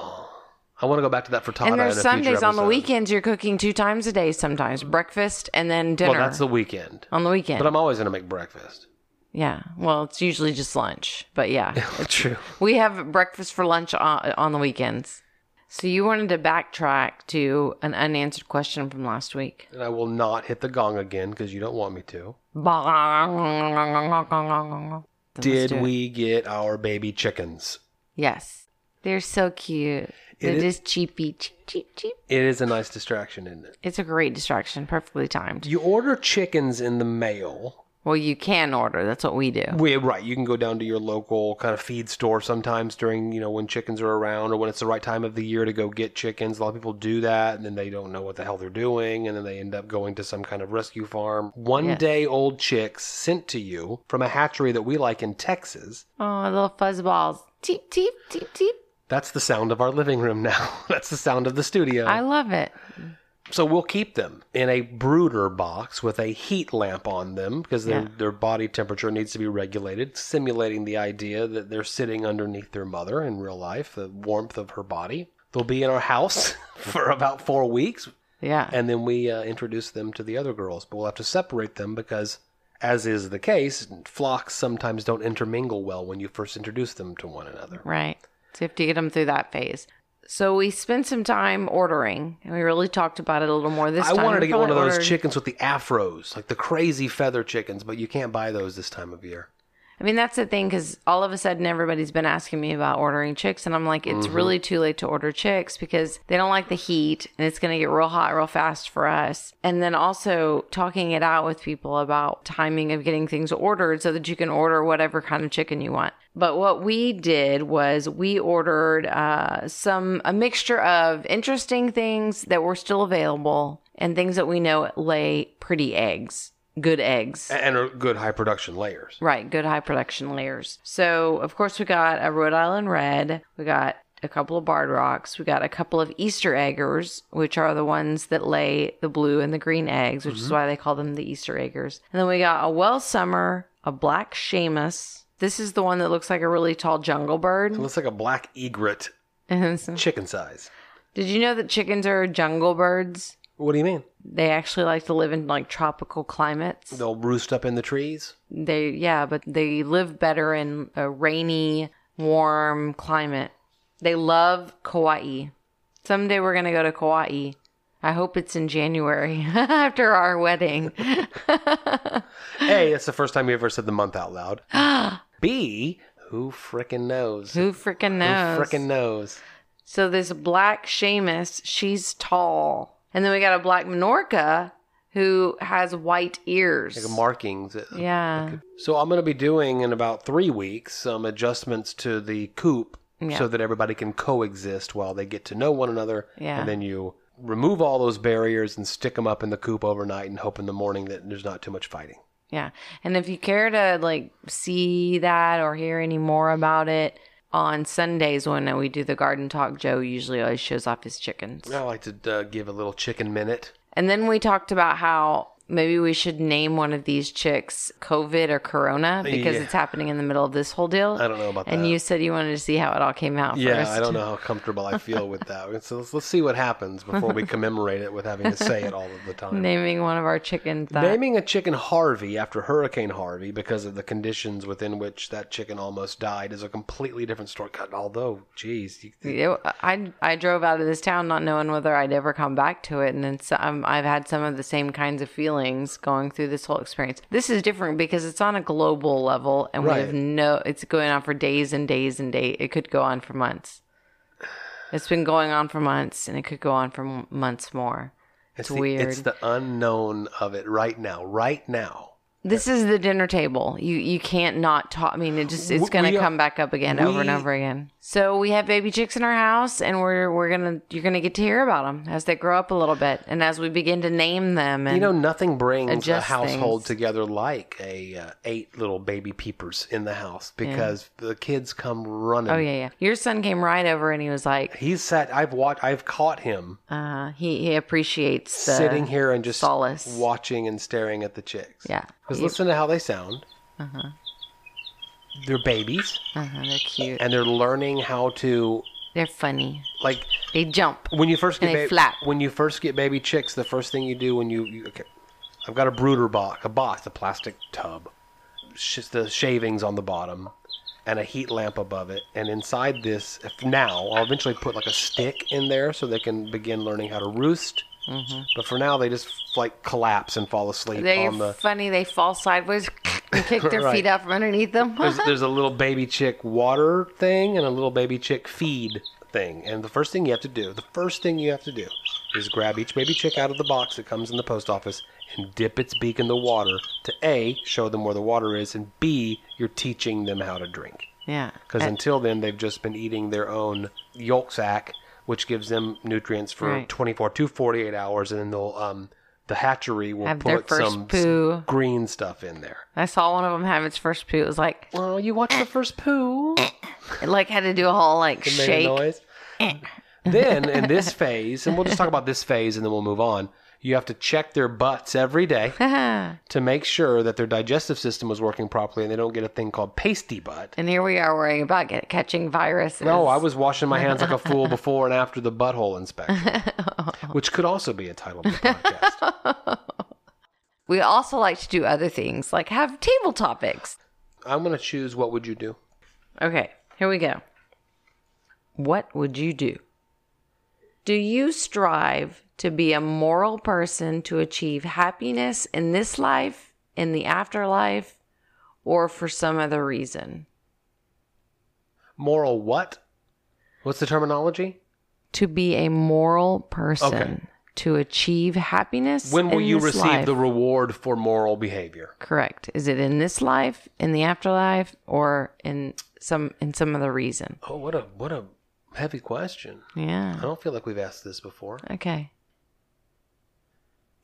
S2: I want to go back to that frittata.
S1: And there's
S2: in a
S1: some
S2: future
S1: days on the
S2: episode.
S1: weekends you're cooking two times a day sometimes breakfast and then dinner
S2: Well, that's the weekend.
S1: on the weekend.
S2: But I'm always going to make breakfast.
S1: yeah. Well, it's usually just lunch, but yeah.
S2: True.
S1: we have breakfast for lunch on, on the weekends. So you wanted to backtrack to an unanswered question from last week.
S2: And I will not hit the gong again because you don't want me to.
S1: Let's
S2: Did
S1: do it.
S2: we get our baby chickens?
S1: Yes. They're so cute. They're
S2: is-
S1: just cheapy. Cheep, cheep, cheep.
S2: It is a nice distraction, isn't it?
S1: It's a great distraction, perfectly timed.
S2: You order chickens in the mail.
S1: Well, you can order. That's what we do.
S2: We, right, you can go down to your local kind of feed store sometimes during, you know, when chickens are around or when it's the right time of the year to go get chickens. A lot of people do that and then they don't know what the hell they're doing and then they end up going to some kind of rescue farm. One
S1: Yes.
S2: day old chicks sent to you from a hatchery that we like in Texas.
S1: Oh, little fuzz balls. Teep, teep, teep, teep.
S2: That's the sound of our living room now. That's the sound of the studio.
S1: I love it.
S2: So we'll keep them in a brooder box with a heat lamp on them because their,
S1: Yeah.
S2: their body temperature needs to be regulated, simulating the idea that they're sitting underneath their mother in real life, the warmth of her body. They'll be in our house for about four weeks,
S1: Yeah.
S2: and then we uh, introduce them to the other girls. But we'll have to separate them because, as is the case, flocks sometimes don't intermingle well when you first introduce them to one another.
S1: right. So you have to get them through that phase. So we spent some time ordering, and we really talked about it a little more this
S2: I
S1: time.
S2: wanted
S1: We
S2: to get one of
S1: probably
S2: those
S1: ordered-
S2: chickens with the afros, like the crazy feather chickens, but you can't buy those this time of year.
S1: I mean, that's the thing because all of a sudden everybody's been asking me about ordering chicks, and I'm like, it's really too late to order chicks because they don't like the heat and it's going to get real hot real fast for us. And then also talking it out with people about timing of getting things ordered so that you can order whatever kind of chicken you want. But what we did was we ordered uh, some a mixture of interesting things that were still available and things that we know lay pretty eggs, good eggs.
S2: and are good high production layers.
S1: Right, good high production layers. So, of course, we got a Rhode Island Red, we got a couple of Bard Rocks, we got a couple of Easter Eggers, which are the ones that lay the blue and the green eggs, which is why they call them the Easter Eggers. And then we got a Well Summer, a Black Seamus. This is the one that looks like a really tall jungle bird.
S2: It looks like a black egret, chicken size.
S1: Did you know that chickens are jungle birds?
S2: What do you mean?
S1: They actually like to live in like tropical climates.
S2: They'll roost up in the trees.
S1: They yeah, but they live better in a rainy, warm climate. They love Kauai. Someday we're gonna go to Kauai. I hope it's in January after our wedding.
S2: A, it's the first time you ever said the month out loud. B, who frickin' knows?
S1: Ah. Who freaking knows?
S2: frickin' knows?
S1: So this black Seamus, she's tall, and then we got a black Minorca who has white ears.
S2: The markings.
S1: yeah,
S2: So I'm going to be doing in about three weeks some adjustments to the coop
S1: Yeah.
S2: so that everybody can coexist while they get to know one another.
S1: Yeah.
S2: And then you remove all those barriers and stick them up in the coop overnight and hope in the morning that there's not too much fighting.
S1: Yeah. And if you care to like see that or hear any more about it on Sundays when we do the garden talk, Joe usually always shows off his chickens.
S2: I like to uh, give a little chicken minute.
S1: And then we talked about how maybe we should name one of these chicks COVID or Corona because
S2: Yeah.
S1: it's happening in the middle of this whole deal.
S2: I don't know about
S1: and
S2: that.
S1: you said you wanted to see how it all came out
S2: Yeah,
S1: first.
S2: I don't know how comfortable I feel with that. So let's, let's see what happens before we commemorate it with having to say it all of the time.
S1: Naming one of our chickens that.
S2: Naming a chicken Harvey after Hurricane Harvey because of the conditions within which that chicken almost died is a completely different story. God, although, geez, you,
S1: It- I I drove out of this town not knowing whether I'd ever come back to it, and then some, I've had some of the same kinds of feelings going through this whole experience. This is different because it's on a global level, and we
S2: Right.
S1: have no. It's going on for days and days and days. It could go on for months. It's been going on for months, and it could go on for m- months more. It's,
S2: the,
S1: weird.
S2: It's the unknown of it right now. Right now,
S1: this is the dinner table. You you can't not talk. I mean, it just it's
S2: W-
S1: going
S2: we
S1: to
S2: are-
S1: come back up again over and
S2: we-
S1: over again. So we have baby chicks in our house, and we're we're gonna you're gonna get to hear about them as they grow up a little bit, and as we begin to name them. And
S2: you know, nothing brings a
S1: adjust
S2: household
S1: things.
S2: together like a uh, eight little baby peepers in the house because the kids come running.
S1: oh yeah, yeah. Your son came right over, and he was like,
S2: He's sat. I've watched. I've caught him
S1: uh, he he appreciates the,
S2: sitting here and just
S1: solace.
S2: watching and staring at the chicks.
S1: Yeah, Uh-huh.
S2: Because listen to how they sound. They're babies,
S1: uh they're cute.
S2: and they're learning how to
S1: They're funny.
S2: like
S1: They jump.
S2: when you first get
S1: And they
S2: ba-
S1: flap.
S2: when you first get baby chicks. The first thing you do when you, you okay, I've got a brooder box, a box, a plastic tub, sh- the shavings on the bottom, and a heat lamp above it. And inside this, if now I'll eventually put like a stick in there so they can begin learning how to roost. But for now, they just like collapse and fall asleep
S1: They're
S2: on the
S1: funny. Mm-hmm. They fall sideways and kick their
S2: Right.
S1: feet out from underneath them.
S2: there's, there's a little baby chick water thing and a little baby chick feed thing. And the first thing you have to do, the first thing you have to do is grab each baby chick out of the box that comes in the post office and dip its beak in the water to A, show them where the water is, and B, you're teaching them how to drink.
S1: yeah,
S2: Because until then, they've just been eating their own yolk sac, which gives them nutrients for
S1: Right.
S2: 24 to 48 hours, and then they'll, um, the hatchery will
S1: Have their
S2: put
S1: first
S2: some
S1: poo.
S2: green stuff in there.
S1: I saw one of them have its first poo. It was like.
S2: Well, you watch the
S1: Eh.
S2: first poo.
S1: It like had to do a whole like
S2: made a
S1: shake. Eh.
S2: noise. then in this phase, and we'll just talk about this phase and then we'll move on. You have to check their butts every day
S1: and
S2: to make sure that their digestive system is working properly and they don't get a thing called pasty butt.
S1: here we are worrying about get, catching viruses.
S2: No, I was washing my hands like a fool before and after the butthole inspection, which could also be a title of the podcast.
S1: we also like to do other things like have table topics.
S2: I'm going to choose what would you do?
S1: Okay, here we go. What would you do? Do you strive to be a moral person to achieve happiness in this life, in the afterlife, or for some other reason.
S2: Moral what? What's the terminology?
S1: To be a moral person,
S2: Okay.
S1: to achieve happiness.
S2: When will
S1: in
S2: you
S1: this
S2: receive
S1: life.
S2: the reward for moral behavior?
S1: Correct. Is it in this life, in the afterlife, or in some in some other reason?
S2: Oh, what a what a heavy question. I
S1: Yeah.
S2: don't feel like we've asked this before.
S1: Okay.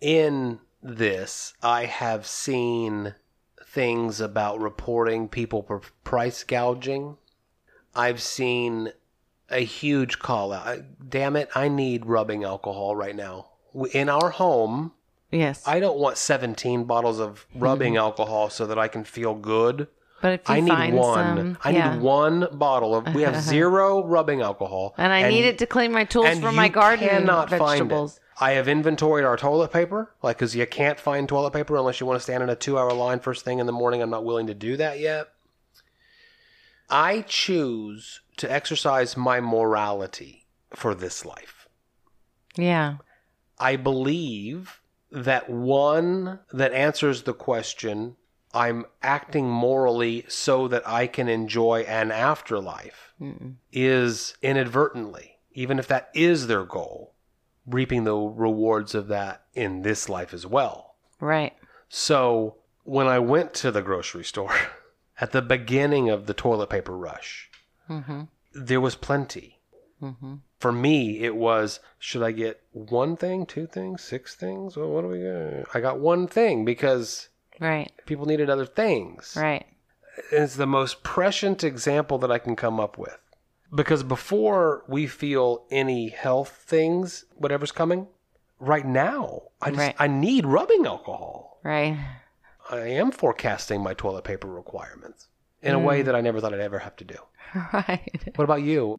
S2: In this, I have seen things about reporting people for price gouging. I've seen a huge call out. I- Damn it, I need rubbing alcohol right now. W- In our home,
S1: Yes.
S2: I don't want 17 bottles of rubbing alcohol so that I can feel good.
S1: but if you
S2: I need
S1: Mm-hmm. find
S2: one.
S1: some,
S2: I
S1: yeah.
S2: need one bottle of. We have zero rubbing alcohol,
S1: and I need it to clean my tools
S2: and
S1: for
S2: you
S1: my garden
S2: cannot
S1: vegetables.
S2: Find it. I have inventoried our toilet paper, like because you can't find toilet paper unless you want to stand in a two-hour line first thing in the morning. I'm not willing to do that yet. I choose to exercise my morality for this life.
S1: Yeah.
S2: I believe that one that answers the question, I'm acting morally so that I can enjoy an afterlife,
S1: Mm-mm.
S2: is inadvertently, even if that is their goal, reaping the rewards of that in this life as well.
S1: Right.
S2: So when I went to the grocery store at the beginning of the toilet paper rush,
S1: Mm-hmm.
S2: there was plenty.
S1: Mm-hmm.
S2: For me, it was should I get one thing, two things, six things? Well, what do we get? I got one thing because
S1: Right.
S2: people needed other things.
S1: Right.
S2: It's the most prescient example that I can come up with. Because before we feel any health things, whatever's coming, right now, I just
S1: Right.
S2: I need rubbing alcohol.
S1: Right.
S2: I am forecasting my toilet paper requirements in a way that I never thought I'd ever have to do.
S1: Right.
S2: What about you?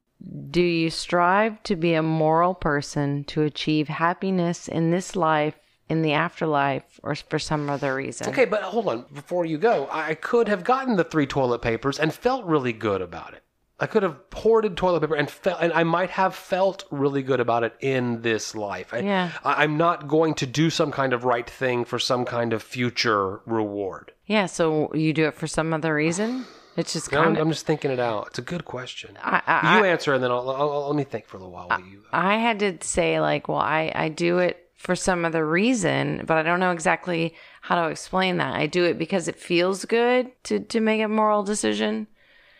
S1: Do you strive to be a moral person to achieve happiness in this life, in the afterlife, or for some other reason?
S2: Okay, but hold on. Before you go, I I could have gotten the three toilet papers and felt really good about it. I could have hoarded toilet paper and felt, and I might have felt really good about it in this life. I,
S1: Yeah.
S2: I, I'm not going to do some kind of right thing for some kind of future reward.
S1: Yeah, so you do it for some other reason? It's just
S2: No, I'm,
S1: kind of.
S2: I'm just thinking it out. It's a good question.
S1: I,
S2: you
S1: I,
S2: answer, and then I'll, I'll, I'll- let me think for a little while. while you,
S1: I had to say, like, well, I, I do it for some other reason, but I don't know exactly how to explain that. I do it because it feels good to, to make a moral decision.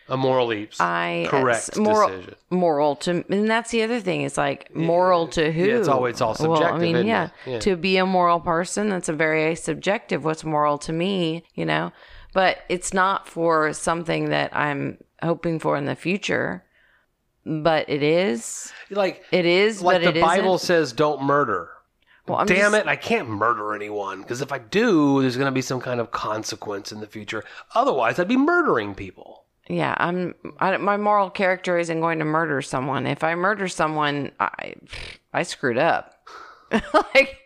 S2: a morally s-
S1: I
S2: correct
S1: it's moral,
S2: decision.
S1: Moral to, and that's the other thing. It's like moral to who?
S2: it's always- it's all
S1: Well, I
S2: subjective,
S1: mean,
S2: isn't
S1: yeah,
S2: it? Yeah.
S1: To be a moral person, that's a very subjective. What's moral to me, you know? But it's not for something that I'm hoping for in the future. But it is.
S2: Like,
S1: It is.
S2: like
S1: but
S2: the
S1: it
S2: Bible
S1: isn't.
S2: says, don't murder.
S1: Well, I'm
S2: Damn
S1: just-
S2: it, I can't murder anyone because if I do, there's going to be some kind of consequence in the future. Otherwise, I'd be murdering people.
S1: Yeah, I'm. I, don't- my moral character isn't going to murder someone. If I murder someone, I, I screwed up. like,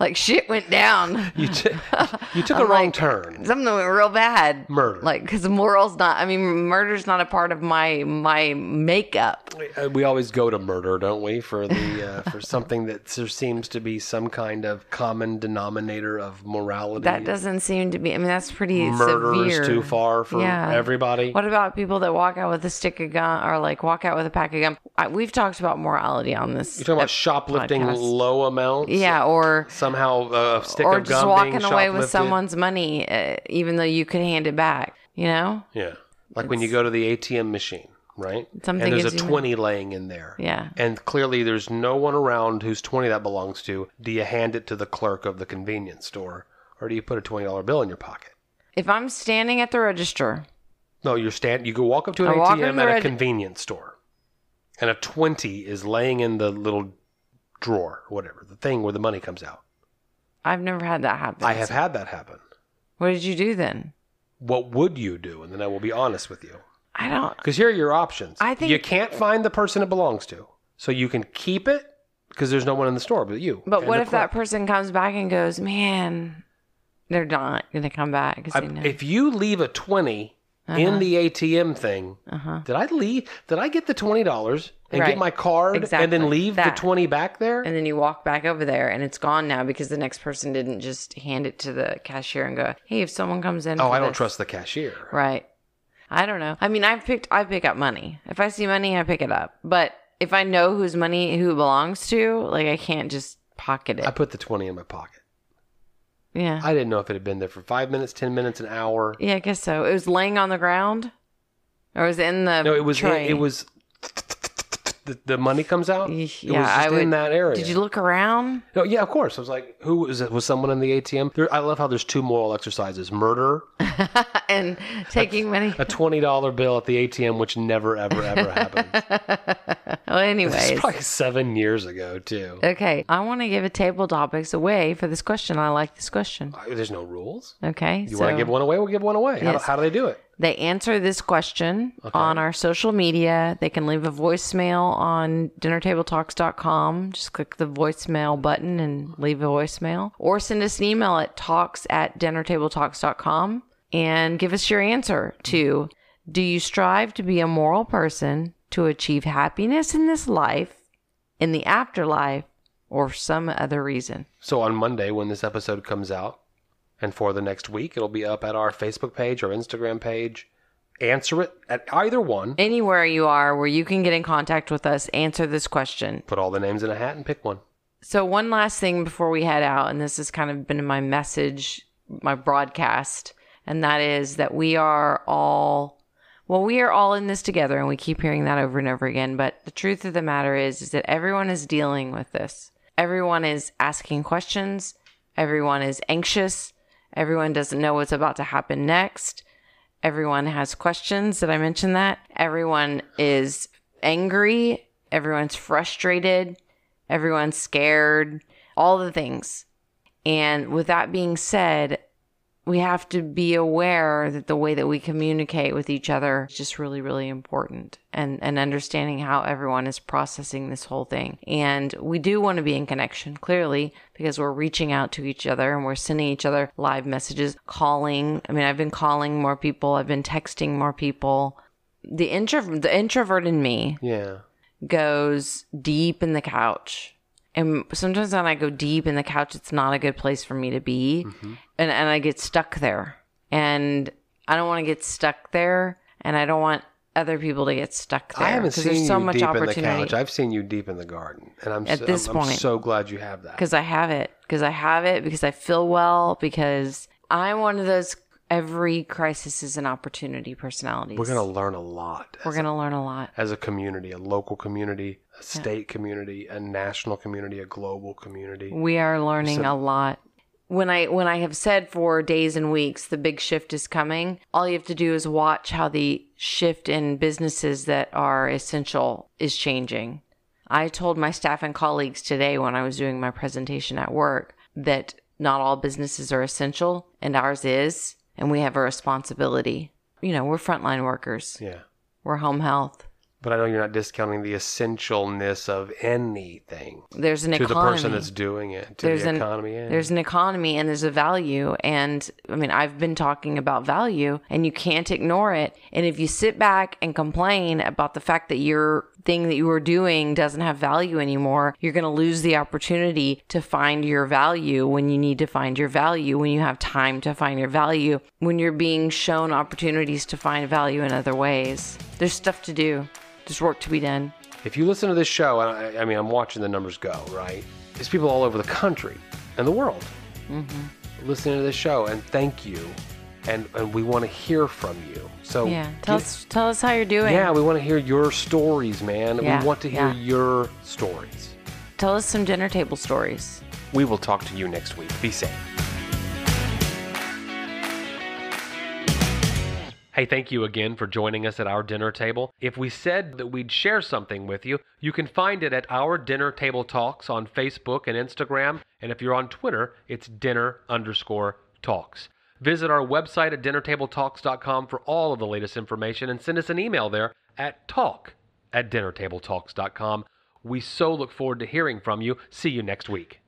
S1: like shit went down.
S2: You, t- you took a
S1: I'm
S2: wrong
S1: like-
S2: turn.
S1: something went real bad.
S2: Murder.
S1: Like, because moral's not. I mean, murder's not a part of my my makeup.
S2: Uh, We always go to murder, don't we, for the uh, for something that there seems to be some kind of common denominator of morality.
S1: That doesn't seem to be. I mean, that's pretty
S2: murder
S1: severe.
S2: is too far for
S1: Yeah.
S2: everybody.
S1: What about people that walk out with a stick of gum or like walk out with a pack of gum? I, we've talked about morality on this.
S2: You're talking about shoplifting
S1: podcast.
S2: low amounts.
S1: yeah, or
S2: Somehow uh, a stick
S1: or
S2: of
S1: just
S2: gum
S1: walking
S2: being
S1: away
S2: shoplifted.
S1: with someone's money, uh, even though you could hand it back. You know?
S2: Yeah. Like when you go to the ATM machine, right?
S1: Something
S2: and
S1: gives
S2: there's a
S1: you-
S2: 20 laying in there.
S1: Yeah.
S2: And clearly there's no one around whose 20 that belongs to. Do you hand it to the clerk of the convenience store or do you put a $20 bill in your pocket?
S1: If I'm standing at the register,
S2: No, you're stand you go walk up to an
S1: I walk in
S2: ATM
S1: the
S2: at a
S1: reg-
S2: convenience store. And a 20 is laying in the little drawer, whatever, the thing where the money comes out.
S1: I've never had that happen.
S2: I have had that happen.
S1: What did you do then?
S2: What would you do? And then I will be honest with you.
S1: I don't.
S2: Because here are your options.
S1: I think-
S2: you can't find the person it belongs to, so you can keep it because there's no one in the store but you.
S1: But
S2: and
S1: what
S2: the
S1: if that
S2: clerk.
S1: person comes back and goes, man, they're not going to come back? 'cause they know.
S2: I, if you leave a
S1: Uh-huh.
S2: 20 in the ATM thing, did I leave? Did I get the twenty dollars? and
S1: Right.
S2: get my card and
S1: Exactly.
S2: then leave
S1: That.
S2: the 20 back there?
S1: And then you walk back over there and it's gone now because the next person didn't just hand it to the cashier and go, Hey, if someone comes in.
S2: oh,
S1: for
S2: I don't
S1: this-
S2: trust the cashier.
S1: Right. I don't know. I mean, I've picked, I pick up money. If I see money, I pick it up. But if I know whose money who it belongs to, like I can't just pocket it.
S2: I put the 20 in my pocket.
S1: yeah.
S2: I didn't know if it had been there for five minutes, 10 minutes, an hour.
S1: yeah, I guess so. It was laying on the ground or was it in the.
S2: No, it was,
S1: tray?
S2: it, was, the, the money comes out.
S1: Yeah,
S2: It was just
S1: I would-
S2: in that area.
S1: Did you look around?
S2: No, yeah, of course. I was like, who was it? Was someone in the ATM? There, I love how there's two moral exercises murder,
S1: and taking money.
S2: a $20 bill at the ATM, which never, ever, ever happened.
S1: well, anyways.
S2: It's probably seven years ago, too.
S1: Okay, I want to give a table topics away for this question. I like this question.
S2: Uh, There's no rules.
S1: Okay,
S2: You want to give one away? We'll give one away. How, do-
S1: Yes.
S2: how do they do it?
S1: they answer this question on our social media. They can leave a voicemail on dinnertabletalks.com. Just click the voicemail button and leave a voicemail. Or send us an email at talks at dinnertabletalks.com and give us your answer to Do you strive to be a moral person to achieve happiness in this life, in the afterlife, or some other reason?
S2: So on Monday, when this episode comes out, and for the next week, it'll be up at our Facebook page or Instagram page. Answer it at either one.
S1: anywhere you are where you can get in contact with us, answer this question.
S2: Put all the names in a hat and pick one.
S1: So, one last thing before we head out, and this has kind of been my message, my broadcast, and that is that we are all, well, we are all in this together, and we keep hearing that over and over again. But the truth of the matter is, is that everyone is dealing with this. Everyone is asking questions. Everyone is anxious. Everyone doesn't know what's about to happen next. Everyone has questions. Did I mention that? Everyone is angry. Everyone's frustrated. Everyone's scared. All the things. And with that being said, we have to be aware that the way that we communicate with each other is just really, really important and, and understanding how everyone is processing this whole thing. And we do want to be in connection, clearly, because we're reaching out to each other and we're sending each other live messages, calling. I mean, I've been calling more people, I've been texting more people. The intro the introvert in me
S2: Yeah.
S1: goes deep in the couch. And sometimes when I go deep in the couch, it's not a good place for me to be.
S2: Mm-hmm.
S1: And, and I get stuck there. And I don't want to get stuck there. And I don't want other people to get stuck there.
S2: I haven't
S1: 'cause
S2: seen you deep in the couch. I've seen you deep in the garden, and I'm
S1: At
S2: so,
S1: this
S2: I'm, I'm
S1: point.
S2: so glad you have that.
S1: because I have it. Because I have it. Because I feel well. Because I'm one of those every crisis is an opportunity personalities.
S2: We're gonna learn a lot
S1: we're gonna learn a lot.
S2: as a community, a local community, a state community, a national community, a global community.
S1: We are learning a lot. When I when I have said for days and weeks the big shift is coming, all you have to do is watch how the shift in businesses that are essential is changing. I told my staff and colleagues today when I was doing my presentation at work that not all businesses are essential and ours is and we have a responsibility. You know, we're frontline workers.
S2: Yeah,
S1: We're home health.
S2: but I know you're not discounting the essentialness of anything
S1: There's an
S2: to the
S1: economy.
S2: person that's doing it, to
S1: There's
S2: the
S1: an-
S2: economy. yeah.
S1: There's an economy and there's a value. And I mean, I've been talking about value and you can't ignore it. And if you sit back and complain about the fact that your thing that you were doing doesn't have value anymore, you're going to lose the opportunity to find your value when you need to find your value, when you have time to find your value, when you're being shown opportunities to find value in other ways. There's stuff to do, there's work to be done.
S2: If you listen to this show, and I, I mean, I'm watching the numbers go, right? There's people all over the country and the world
S1: Mm-hmm.
S2: listening to this show, and thank you. And, and we want to hear from you. So
S1: Yeah. Tell
S2: get-
S1: us, tell us how you're doing.
S2: yeah, we want to hear your stories, man.
S1: Yeah,
S2: we want to hear
S1: yeah.
S2: your stories.
S1: Tell us some dinner table stories.
S2: We will talk to you next week. Be safe. Hey, thank you again for joining us at our dinner table. If we said that we'd share something with you, you can find it at Our Dinner Table Talks on Facebook and Instagram. And if you're on Twitter, it's dinner underscore talks. Visit our website at dinnertabletalks.com for all of the latest information and send us an email there at talk at dinnertabletalks.com. We so look forward to hearing from you. See you next week.